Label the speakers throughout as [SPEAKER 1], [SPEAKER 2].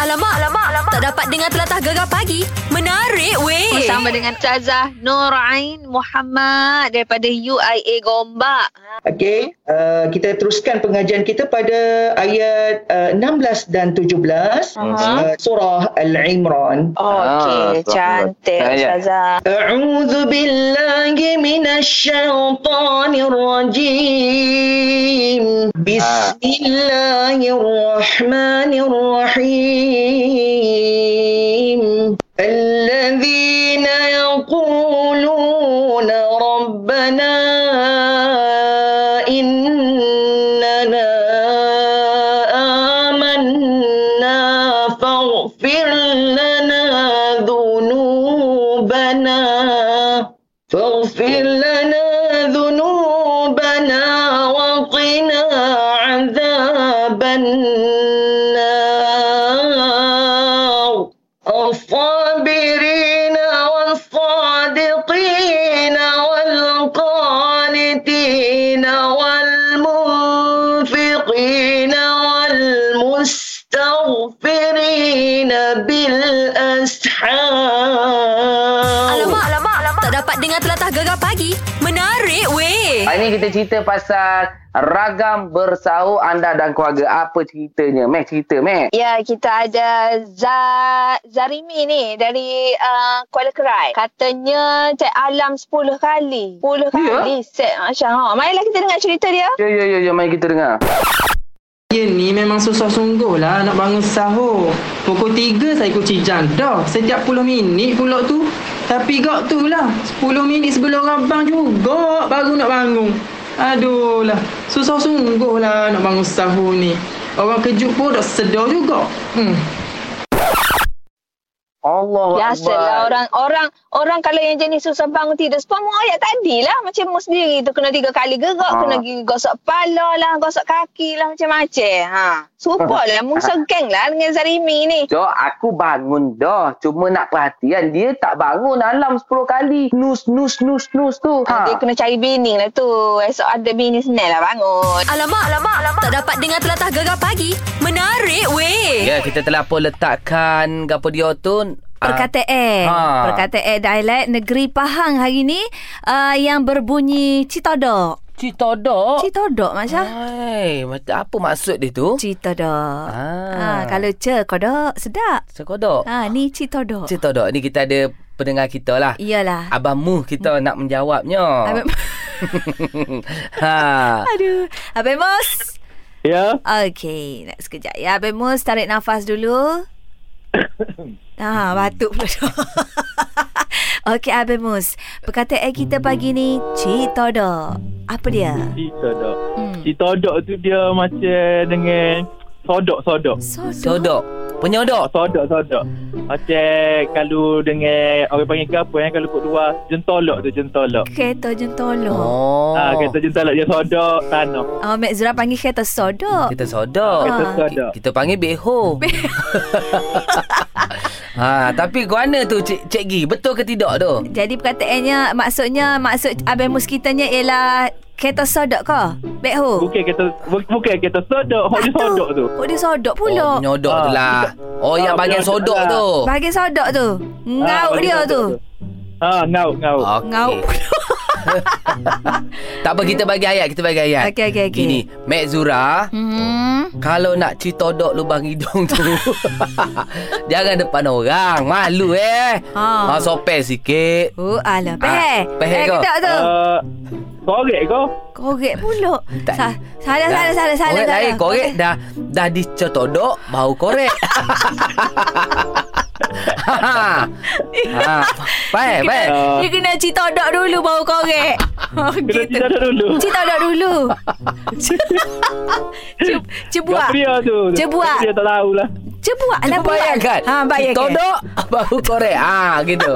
[SPEAKER 1] alamak, alamak, alamak. Oh, Tak dapat dengar telatah gegar pagi. Menarik weh.
[SPEAKER 2] Bersama dengan Cazah Norain Muhammad daripada UIA Gombak.
[SPEAKER 3] Okey, uh, kita teruskan pengajian kita pada ayat uh, 16 dan 17 uh, surah Al-Imran.
[SPEAKER 2] Oh,
[SPEAKER 4] Ah,
[SPEAKER 2] Okey, cantik
[SPEAKER 4] Saya.
[SPEAKER 2] Cazah.
[SPEAKER 3] أعوذ بالله من الشيطان الرجيم بسم الله الرحمن الرحيم الذين يقولون ربنا إننا آمنا فاغفر لنا ذنوبنا فاغفر لنا ذنوبنا وقنا عذاب النار الصابرين والصادقين والقانتين والمنفقين والمستغفرين بالأسحار
[SPEAKER 1] Alamak, alamak, alamak. Tak dapat dengar telatah gegar pagi. Menarik weh.
[SPEAKER 4] Hari ni kita cerita pasal ragam bersahur anda dan keluarga. Apa ceritanya? Mac cerita, Mac.
[SPEAKER 2] Ya, kita ada Za, Zarimi ni dari uh, Kuala Kerai. Katanya cek alam 10 kali. 10 kali set Masya Allah. Marilah kita dengar cerita dia.
[SPEAKER 4] Yo, yo, yo, yo. Mari kita dengar.
[SPEAKER 5] Ya ni memang susah sungguh lah nak bangun sahur. Pukul 3 saya ikut cijang dah. Setiap 10 minit pula tu. Tapi gak tu lah. 10 minit sebelum abang juga baru nak bangun. Aduh lah. Susah sungguh lah nak bangun sahur ni. Orang kejut pun dah sedar juga. Hmm.
[SPEAKER 4] Allah
[SPEAKER 6] Ya,
[SPEAKER 2] Biasalah lah orang orang orang kalau yang jenis susah bangun tidur sepamuk ayat tadi lah macam mu sendiri tu kena tiga kali gerak
[SPEAKER 4] Ha.
[SPEAKER 2] kena gi- gosok kepala lah gosok kaki lah macam-macam ha serupa lah mu segeng lah dengan Zarimi ni
[SPEAKER 4] Cok, aku bangun dah. Cuma nak perhatian, dia tak bangun alam 10 kali. Nus, nus, nus, nus tu.
[SPEAKER 2] ha. dia kena cari bini lah tu esok ada bini senang lah bangun
[SPEAKER 1] Alamak, alamak, alamak. Tak dapat dengar telatah gegar pagi. Menarik weh.
[SPEAKER 7] Ya, kita telah pun letakkan gapo dia tu. ah,
[SPEAKER 6] Perkataan
[SPEAKER 7] Ha.
[SPEAKER 6] Perkataan dialek negeri Pahang hari ni uh, Yang berbunyi Citodok
[SPEAKER 1] Oh.
[SPEAKER 7] Citodok.
[SPEAKER 6] Citodok Masya
[SPEAKER 7] Hai, mat- apa maksud dia tu?
[SPEAKER 6] Citodok
[SPEAKER 7] Ah.
[SPEAKER 6] ha. Kalau ce kodok sedap
[SPEAKER 7] Sekodok.
[SPEAKER 6] ha, Ni citodok
[SPEAKER 7] Citodok ni kita ada pendengar kita lah.
[SPEAKER 6] Iyalah
[SPEAKER 7] Abang Mu kita
[SPEAKER 6] Hmm.
[SPEAKER 7] nak menjawabnya.
[SPEAKER 6] Abang-
[SPEAKER 7] ha.
[SPEAKER 6] Aduh Abang Mus
[SPEAKER 8] Ya,
[SPEAKER 6] Okay Nak sekejap ya Abang Mus tarik nafas dulu Ha, batuk pula Okey Abang Mus Perkataan kita pagi ni Citodok Apa dia?
[SPEAKER 8] si todok.
[SPEAKER 6] Hmm.
[SPEAKER 8] Si todok tu dia macam dengan sodok-sodok.
[SPEAKER 6] Sodok
[SPEAKER 7] Sodok. Penyodok.
[SPEAKER 8] Sodok-sodok. Macam kalau dengan orang panggil ke apa eh kalau put luar jentolok tu jentolok.
[SPEAKER 6] Kereta jentolok
[SPEAKER 7] Oh.
[SPEAKER 8] Ah, kata jentolok dia sodok tanah.
[SPEAKER 6] oh. oh, Mek Zura panggil kereta sodok Ah,
[SPEAKER 7] Kita sodok.
[SPEAKER 6] Kita
[SPEAKER 7] Ki-
[SPEAKER 8] sodok.
[SPEAKER 7] Kita panggil beho. ha, tapi guana tu Cik, Cik Gi, betul ke tidak tu?
[SPEAKER 6] Jadi perkataannya Maksudnya Maksud Abang Mus kitanya ialah Kereta sodok ke? Bekho
[SPEAKER 8] Bukan kata bu- bukan kata sodok, hok dia sodok tu.
[SPEAKER 6] Oh dia sodok
[SPEAKER 7] Oh,
[SPEAKER 6] pula oh,
[SPEAKER 7] penyodok tu
[SPEAKER 8] Ah,
[SPEAKER 7] lah. Oh, yang
[SPEAKER 8] Ah,
[SPEAKER 7] bagian
[SPEAKER 8] penyodok
[SPEAKER 7] sodok
[SPEAKER 8] lah.
[SPEAKER 7] tu.
[SPEAKER 6] Bahagian sodok tu
[SPEAKER 8] Ah,
[SPEAKER 6] Ngauk
[SPEAKER 8] bagi
[SPEAKER 6] dia
[SPEAKER 8] sodok
[SPEAKER 6] tu
[SPEAKER 8] Ah, ngau ngau.
[SPEAKER 7] Okey.
[SPEAKER 6] Ngauk
[SPEAKER 7] tak apa, kita bagi ayat. Kita bagi ayat.
[SPEAKER 6] Okey okey okey
[SPEAKER 7] Gini, Mek Zura,
[SPEAKER 6] Hmm
[SPEAKER 7] kalau nak citodok lubang hidung tu, jangan depan orang. Malu eh.
[SPEAKER 6] Ha.
[SPEAKER 7] Ha, sopel sikit.
[SPEAKER 6] Oh alah Peh
[SPEAKER 7] Ah, peh kau.
[SPEAKER 6] ke tak tu
[SPEAKER 8] Ah, korek kau.
[SPEAKER 6] Korek pula
[SPEAKER 7] Tak.
[SPEAKER 6] Sa- Salah
[SPEAKER 7] Dah.
[SPEAKER 6] salah salah salah
[SPEAKER 7] Korek lain,
[SPEAKER 6] salah.
[SPEAKER 7] korek dah dah dicotodok bau korek. ha. Ha. Baik, baik.
[SPEAKER 8] Ah,
[SPEAKER 6] Dia kena citodok dulu baru korek Oh
[SPEAKER 8] kena
[SPEAKER 6] gitu
[SPEAKER 8] tidak dulu.
[SPEAKER 6] Citodok dulu Ce- Cebuak
[SPEAKER 8] Dia tu.
[SPEAKER 6] Dia buat.
[SPEAKER 8] Dia tak tahulah.
[SPEAKER 6] Cebuak lah buat.
[SPEAKER 7] Bayangkan
[SPEAKER 6] ha, Bayangkan
[SPEAKER 7] Citodok Bau korek ha, Gitu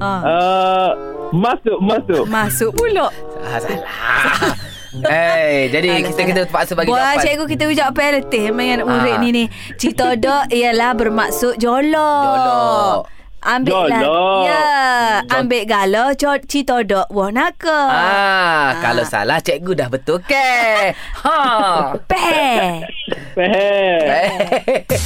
[SPEAKER 6] ha.
[SPEAKER 8] Ah, masuk masuk.
[SPEAKER 6] Masuk pula
[SPEAKER 7] ah, Salah Hey, jadi
[SPEAKER 6] Salah,
[SPEAKER 7] kita
[SPEAKER 6] salah.
[SPEAKER 7] kita terpaksa bagi
[SPEAKER 6] Wah
[SPEAKER 7] jawapan.
[SPEAKER 6] lah. cikgu kita ucap peletih Memang anak
[SPEAKER 7] Ah.
[SPEAKER 6] murid ni ni Citodok ialah bermaksud jolok
[SPEAKER 7] Jolok.
[SPEAKER 6] Ambil lah.
[SPEAKER 8] Galak.
[SPEAKER 6] Ya, ambil gala co- citodok wah naka.
[SPEAKER 7] Ah, kalau salah cikgu dah betul ke? ha.
[SPEAKER 6] Peh.
[SPEAKER 8] Faham.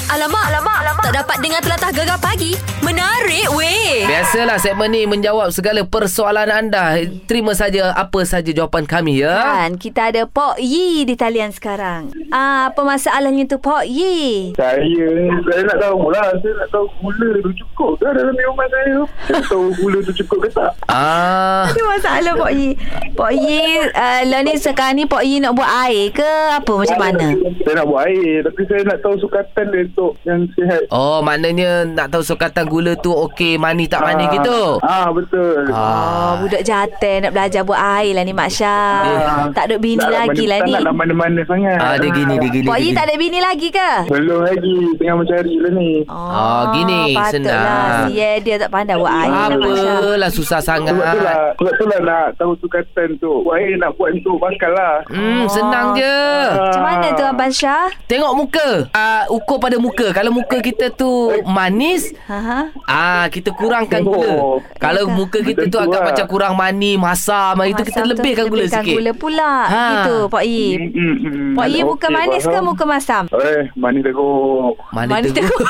[SPEAKER 1] Alamak, alamak, alamak. Tak dapat dengar telatah gegar pagi. Menarik weh.
[SPEAKER 7] Biasalah segmen ni menjawab segala persoalan anda. Terima saja apa saja jawapan kami ya.
[SPEAKER 6] Kan, kita ada Pok Yi di talian sekarang. Ah, apa masalahnya tu Pok Yi?
[SPEAKER 8] Saya Saya nak tahu lah Saya nak tahu gula tu cukup ke Dalam minuman saya Saya tahu gula tu cukup ke tak
[SPEAKER 7] Ah,
[SPEAKER 6] Ada masalah Pok Yi. Pok Yi, uh, lah ni sekarang ni Pok Yi nak buat air ke apa macam mana?
[SPEAKER 8] Saya nak buat air Tapi saya nak tahu sukatan dia untuk Yang sihat
[SPEAKER 7] Oh, maknanya nak tahu sukatan gula tu okey, mani tak mani
[SPEAKER 8] Ah.
[SPEAKER 7] gitu. Ah.
[SPEAKER 8] Ah betul
[SPEAKER 6] Oh, budak jantan nak belajar buat air lah ni Mak Syah. Tak ada bini
[SPEAKER 8] Ya. Tak nak
[SPEAKER 6] lagi
[SPEAKER 8] mana-
[SPEAKER 6] lah
[SPEAKER 8] Tak
[SPEAKER 6] ni.
[SPEAKER 8] nak dah mana-mana sangat
[SPEAKER 7] Ah, dia gini, dia gini.
[SPEAKER 6] Pok
[SPEAKER 7] dia
[SPEAKER 6] Yi
[SPEAKER 7] gini.
[SPEAKER 6] tak ada bini lagi ke? Ah,
[SPEAKER 8] Belum lagi Tengah mencari lah ni
[SPEAKER 7] Oh, gini, senang.
[SPEAKER 6] Patutlah. Ya, dia tak pandai buat air lah Mak Syah.
[SPEAKER 7] Apalah susah sangat.
[SPEAKER 8] Sebab
[SPEAKER 6] Ah.
[SPEAKER 8] tu lah Sebab tu lah nak tahu sukatan tu Buat air nak buat untuk bakal lah
[SPEAKER 7] Hmm,
[SPEAKER 6] Ah.
[SPEAKER 7] senang je.
[SPEAKER 6] Macam mana tu Abang Syah?
[SPEAKER 7] Tengok muka. Ah, ukur pada muka. Kalau muka kita tu manis,
[SPEAKER 6] Ha ha.
[SPEAKER 7] ah kita kurangkan gula.
[SPEAKER 8] Oh.
[SPEAKER 7] Kalau muka kita tu
[SPEAKER 8] Betul
[SPEAKER 7] agak
[SPEAKER 8] lah.
[SPEAKER 7] macam kurang mani, masam, ah, itu kita
[SPEAKER 6] Masam tu
[SPEAKER 7] lebihkan gula
[SPEAKER 6] lebihkan
[SPEAKER 7] sikit.
[SPEAKER 6] gula pula.
[SPEAKER 7] Ha.
[SPEAKER 6] Ha. Gitu, Pak Yi.
[SPEAKER 8] Mm, mm.
[SPEAKER 6] Pak Yi
[SPEAKER 8] Okey,
[SPEAKER 6] muka manis ke
[SPEAKER 8] faham.
[SPEAKER 6] muka masam?
[SPEAKER 8] Eh manis teguk
[SPEAKER 7] Mani,
[SPEAKER 6] Mana
[SPEAKER 7] teruk.
[SPEAKER 6] teruk.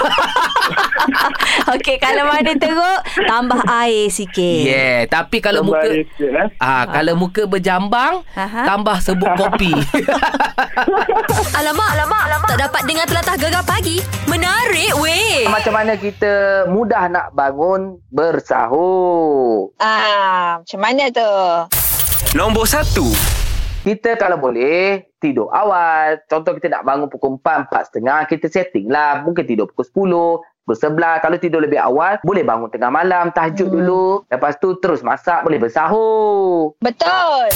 [SPEAKER 6] Okey, kalau mana teruk, tambah air sikit.
[SPEAKER 7] Yeah, tapi kalau muka
[SPEAKER 8] Baik, eh.
[SPEAKER 7] Ah, kalau muka berjambang,
[SPEAKER 6] Aha.
[SPEAKER 7] tambah sebut kopi.
[SPEAKER 1] Alamak, alamak, alamak. Tak dapat dengar telatah gegar pagi. Menarik weh.
[SPEAKER 4] Macam mana kita mudah nak bangun bersahur.
[SPEAKER 2] Ah, macam mana tu?
[SPEAKER 9] Nombor 1.
[SPEAKER 4] Kita kalau boleh tidur awal. Contoh kita nak bangun pukul 4, 4.30. Kita setting lah. Mungkin tidur pukul 10, pukul 11. Kalau tidur lebih awal, boleh bangun tengah malam. Tahajud hmm. dulu. Lepas tu terus masak. Boleh bersahur.
[SPEAKER 2] Betul.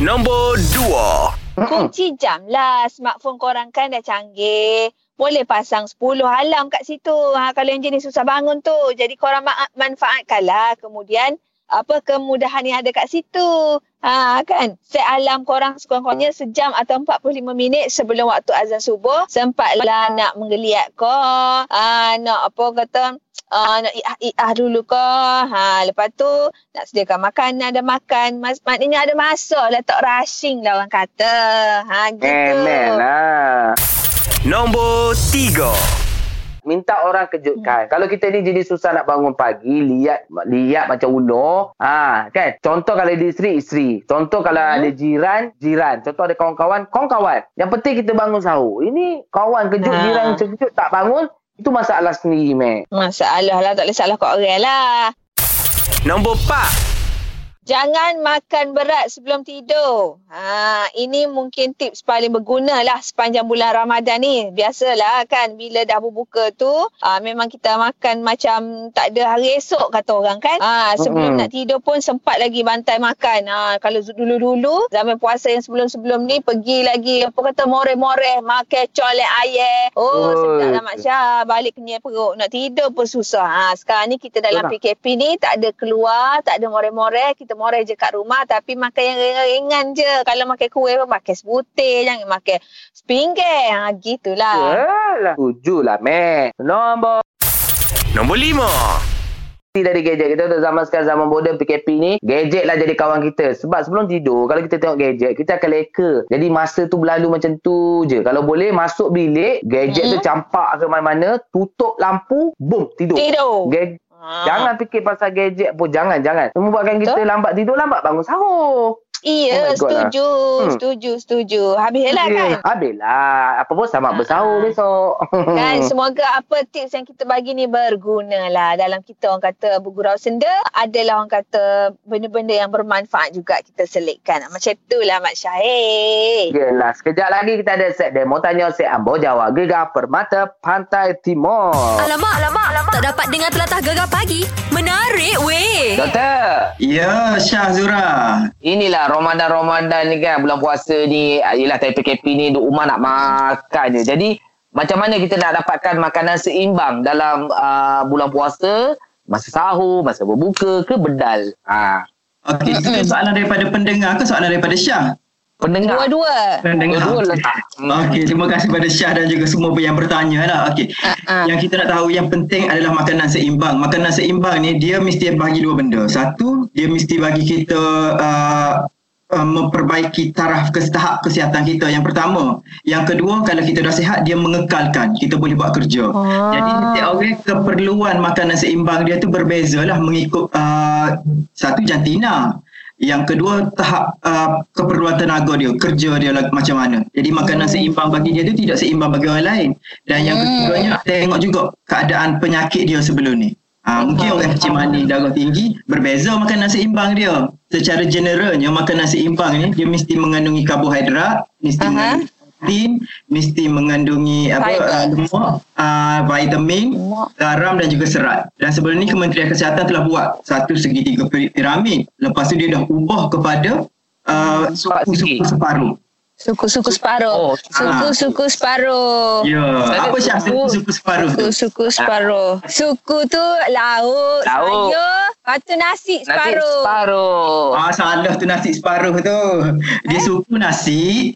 [SPEAKER 9] Nombor 2.
[SPEAKER 2] Kunci jam lah. Smartphone korang kan dah canggih. Boleh pasang 10 alam kat situ. Ha, kalau yang jenis susah bangun tu. Jadi korang ma- manfaatkanlah. Kemudian apa kemudahan yang ada kat situ. Ha, kan? Set alam korang sekurang-kurangnya sejam atau 45 minit sebelum waktu azan subuh. Sempatlah nak menggeliat kau. Ha, nak apa kata uh, nak i'ah-i'ah dulu ke. Ha, lepas tu nak sediakan makanan dan makan. Mas, maknanya ada masa lah tak rushing lah orang kata. Ha, gitu.
[SPEAKER 4] Amen lah.
[SPEAKER 9] Nombor 3.
[SPEAKER 4] Minta orang kejutkan. Hmm. Kalau kita ni jadi susah nak bangun pagi, lihat lihat macam uno. Ah, kan? Contoh kalau ada isteri, isteri. Contoh kalau hmm. ada jiran, jiran. Contoh ada kawan-kawan, kawan-kawan. Yang penting kita bangun sahur. Ini kawan kejut,
[SPEAKER 2] Ha.
[SPEAKER 4] jiran kejut tak bangun, itu masalah sendiri, meh.
[SPEAKER 2] Masalah lah, tak boleh salah kat orang lah.
[SPEAKER 9] Nombor 4.
[SPEAKER 2] Jangan makan berat sebelum tidur. Ha, ini mungkin tips paling berguna lah sepanjang bulan Ramadan ni. Biasalah kan bila dah berbuka tu ha, memang kita makan macam tak ada hari esok kata orang kan. Ha, sebelum
[SPEAKER 4] Mm-mm.
[SPEAKER 2] nak tidur pun sempat lagi bantai makan. Ha, kalau zu- dulu-dulu zaman puasa yang sebelum-sebelum ni pergi lagi apa kata more-more makan colek ayam. Oh,
[SPEAKER 4] Oi.
[SPEAKER 2] sedap lah Mak Syah. Balik kenyai perut. Nak tidur pun susah. Ha, sekarang ni kita dalam
[SPEAKER 4] Betul
[SPEAKER 2] PKP ni tak ada keluar, tak ada more-more. Kita more je kat rumah tapi makan yang ringan-ringan je. Kalau makan kuih pun makan sebutir. Jangan makan sepinggir. Ha, gitulah.
[SPEAKER 4] Ya. Yalah. Tujuh lah, meh. Nombor
[SPEAKER 9] Nombor 5.
[SPEAKER 4] Berhenti dari gadget kita untuk zaman sekarang zaman moden PKP ni gadget lah jadi kawan kita sebab sebelum tidur kalau kita tengok gadget kita akan leka jadi masa tu berlalu macam tu je kalau boleh masuk bilik gadget
[SPEAKER 2] Mhm.
[SPEAKER 4] tu campak ke mana-mana tutup lampu boom tidur,
[SPEAKER 2] Eh. Tidur.
[SPEAKER 4] Gadget
[SPEAKER 2] Ha.
[SPEAKER 4] Jangan fikir pasal gadget pun Jangan jangan Membuatkan kita lambat tidur Lambat bangun sahur
[SPEAKER 2] Iya,
[SPEAKER 4] Oh my God lah.
[SPEAKER 2] setuju,
[SPEAKER 4] Hmm.
[SPEAKER 2] setuju, setuju. Habislah kan.
[SPEAKER 4] Ya.
[SPEAKER 2] Ah.
[SPEAKER 4] Habislah Apa pun sama bersahur besok
[SPEAKER 2] Kan
[SPEAKER 4] Hmm.
[SPEAKER 2] semoga apa tips yang kita bagi ni berguna lah dalam kita orang kata bergurau senda adalah orang kata benda-benda yang bermanfaat juga kita selitkan. Macam tu lah Mak Syahir.
[SPEAKER 4] Yelah, sekejap lagi kita ada set demo tanya set Ambo Jawa Gegar Permata Pantai Timur.
[SPEAKER 1] Alamak, alamak, alamak. Tak dapat dengar telatah gegar pagi. Menarik weh.
[SPEAKER 4] Doktor,
[SPEAKER 5] Ya, Syah Zura.
[SPEAKER 4] Inilah Ramadan-Ramadan ni kan bulan puasa ni ah, yelah time PKP ni duk rumah nak makan je. Jadi macam mana kita nak dapatkan makanan seimbang dalam uh, bulan puasa, masa sahur, masa berbuka ke bedal. Ha.
[SPEAKER 5] Okey, itu soalan daripada pendengar ke soalan daripada Syah?
[SPEAKER 4] Pendengar.
[SPEAKER 2] Dua-dua.
[SPEAKER 5] Pendengar.
[SPEAKER 4] Dua-dua lah. letak.
[SPEAKER 5] Okey, terima kasih pada Syah dan juga semua yang bertanya lah. Okey.
[SPEAKER 2] ah.
[SPEAKER 5] Yang kita nak tahu yang penting adalah makanan seimbang. Makanan seimbang ni dia mesti bagi dua benda. Satu, dia mesti bagi kita uh, uh, memperbaiki taraf kes tahap kesihatan kita yang pertama. Yang kedua, kalau kita dah sihat dia mengekalkan. Kita boleh buat kerja.
[SPEAKER 2] Ah.
[SPEAKER 5] Jadi setiap orang keperluan makanan seimbang dia tu berbezalah mengikut uh, satu jantina. Yang kedua tahap uh, keperluan tenaga dia, kerja dia lah, macam mana. Jadi makanan
[SPEAKER 2] Hmm.
[SPEAKER 5] seimbang bagi dia tu tidak seimbang bagi orang lain. Dan yang ketiganya tengok juga keadaan penyakit dia sebelum ni. Ha, mungkin orang kecil manis darah tinggi berbeza makanan seimbang dia. Secara generalnya makanan seimbang ni dia mesti mengandungi karbohidrat, mesti
[SPEAKER 2] Aha.
[SPEAKER 5] mengandungi protein, mesti mengandungi apa
[SPEAKER 2] Fiber.
[SPEAKER 5] uh, lemak, uh, vitamin,
[SPEAKER 2] Lemak.
[SPEAKER 5] garam dan juga serat. Dan sebelum ni Kementerian Kesihatan telah buat satu segitiga pir- piramid. Lepas tu dia dah ubah kepada uh, suku-suku
[SPEAKER 4] sikit.
[SPEAKER 5] separuh.
[SPEAKER 2] Suku-suku separuh.
[SPEAKER 4] Oh,
[SPEAKER 2] Suku-suku separuh.
[SPEAKER 5] Ya,
[SPEAKER 4] Saya
[SPEAKER 5] apa Syah
[SPEAKER 2] tahu.
[SPEAKER 5] suku-suku separuh
[SPEAKER 4] Ah.
[SPEAKER 5] tu?
[SPEAKER 2] Suku-suku separuh. Suku tu lauk,
[SPEAKER 4] Lauk.
[SPEAKER 2] sayur, lepas tu nasi
[SPEAKER 4] Nasi
[SPEAKER 2] separuh.
[SPEAKER 4] separuh.
[SPEAKER 5] Ah salah tu nasi separuh tu. Dia suku nasi,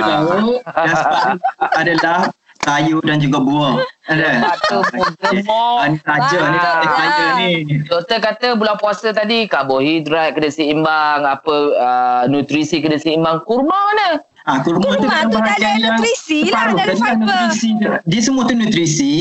[SPEAKER 4] Eh? Ah.
[SPEAKER 5] lauk dan separuh adalah sayur dan juga buah. Kan?
[SPEAKER 4] Patut pun gemuk.
[SPEAKER 5] Ah, Ni saja ni tak ada
[SPEAKER 4] Wah.
[SPEAKER 5] saya ni.
[SPEAKER 4] Doktor kata bulan puasa tadi karbohidrat kena seimbang, apa uh, nutrisi kena seimbang. Kurma mana?
[SPEAKER 5] Ah, kurma,
[SPEAKER 2] Kurma
[SPEAKER 5] kan
[SPEAKER 2] tu tak
[SPEAKER 5] bahagian
[SPEAKER 2] ada
[SPEAKER 5] yang
[SPEAKER 2] nutrisi lah,
[SPEAKER 5] separuh.
[SPEAKER 2] tak ada
[SPEAKER 5] Tadi kan
[SPEAKER 2] fiber.
[SPEAKER 5] nutrisi dia. Dia semua tu nutrisi.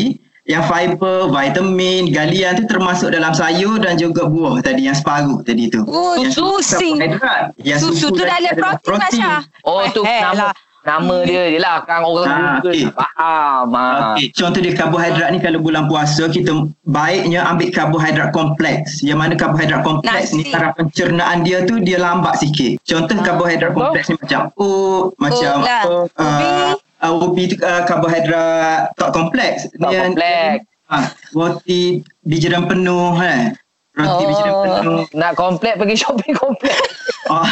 [SPEAKER 5] Yang fiber, vitamin, galian tu termasuk dalam sayur dan juga buah tadi yang separuh tadi tu.
[SPEAKER 2] Oh,
[SPEAKER 5] Yang
[SPEAKER 2] susu.
[SPEAKER 5] karbohidrat. Yang
[SPEAKER 2] Susu tu
[SPEAKER 5] tadi
[SPEAKER 2] dah ada
[SPEAKER 5] adalah
[SPEAKER 2] protein, protein. Masya.
[SPEAKER 4] Oh tu
[SPEAKER 2] Eh,
[SPEAKER 4] nama
[SPEAKER 2] lah.
[SPEAKER 4] nama dia je lah kan
[SPEAKER 5] Ah,
[SPEAKER 4] orang Google
[SPEAKER 5] okey.
[SPEAKER 4] tak faham. Ah.
[SPEAKER 5] Okey, contoh dia karbohidrat ni kalau bulan puasa kita baiknya ambil karbohidrat kompleks. Yang mana karbohidrat kompleks
[SPEAKER 2] Nasi.
[SPEAKER 5] ni cara pencernaan dia tu dia lambat sikit.
[SPEAKER 4] Ah.
[SPEAKER 5] Contoh
[SPEAKER 4] Oh.
[SPEAKER 5] karbohidrat kompleks ni macam oat, macam
[SPEAKER 2] lah.
[SPEAKER 5] apa uh, uh, ubi tu uh, karbohidrat tak kompleks.
[SPEAKER 4] Tak kompleks.
[SPEAKER 5] Ha, roti bijiran penuh kan.
[SPEAKER 2] Oh.
[SPEAKER 5] Roti oh. bijiran penuh.
[SPEAKER 4] Nak komplek pergi shopping komplek.
[SPEAKER 5] Oh.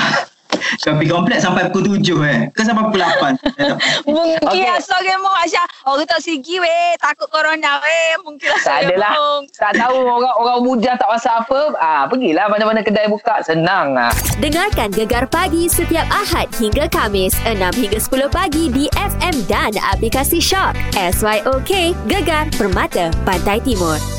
[SPEAKER 5] Kopi kompleks sampai pukul 7 eh. Ke sampai pukul 8.
[SPEAKER 2] Mungkin
[SPEAKER 4] Okey.
[SPEAKER 2] okay. asal gemuk Aisyah. Orang tak sigi weh, takut corona weh. Mungkin asal
[SPEAKER 4] tak adalah.
[SPEAKER 2] gemuk.
[SPEAKER 4] Tak tahu orang orang muda tak rasa apa. Ah pergilah mana-mana kedai buka senang ah.
[SPEAKER 1] Dengarkan Gegar Pagi setiap Ahad hingga Kamis 6 hingga 10 pagi di FM dan aplikasi Shock. SYOK Gegar Permata Pantai Timur.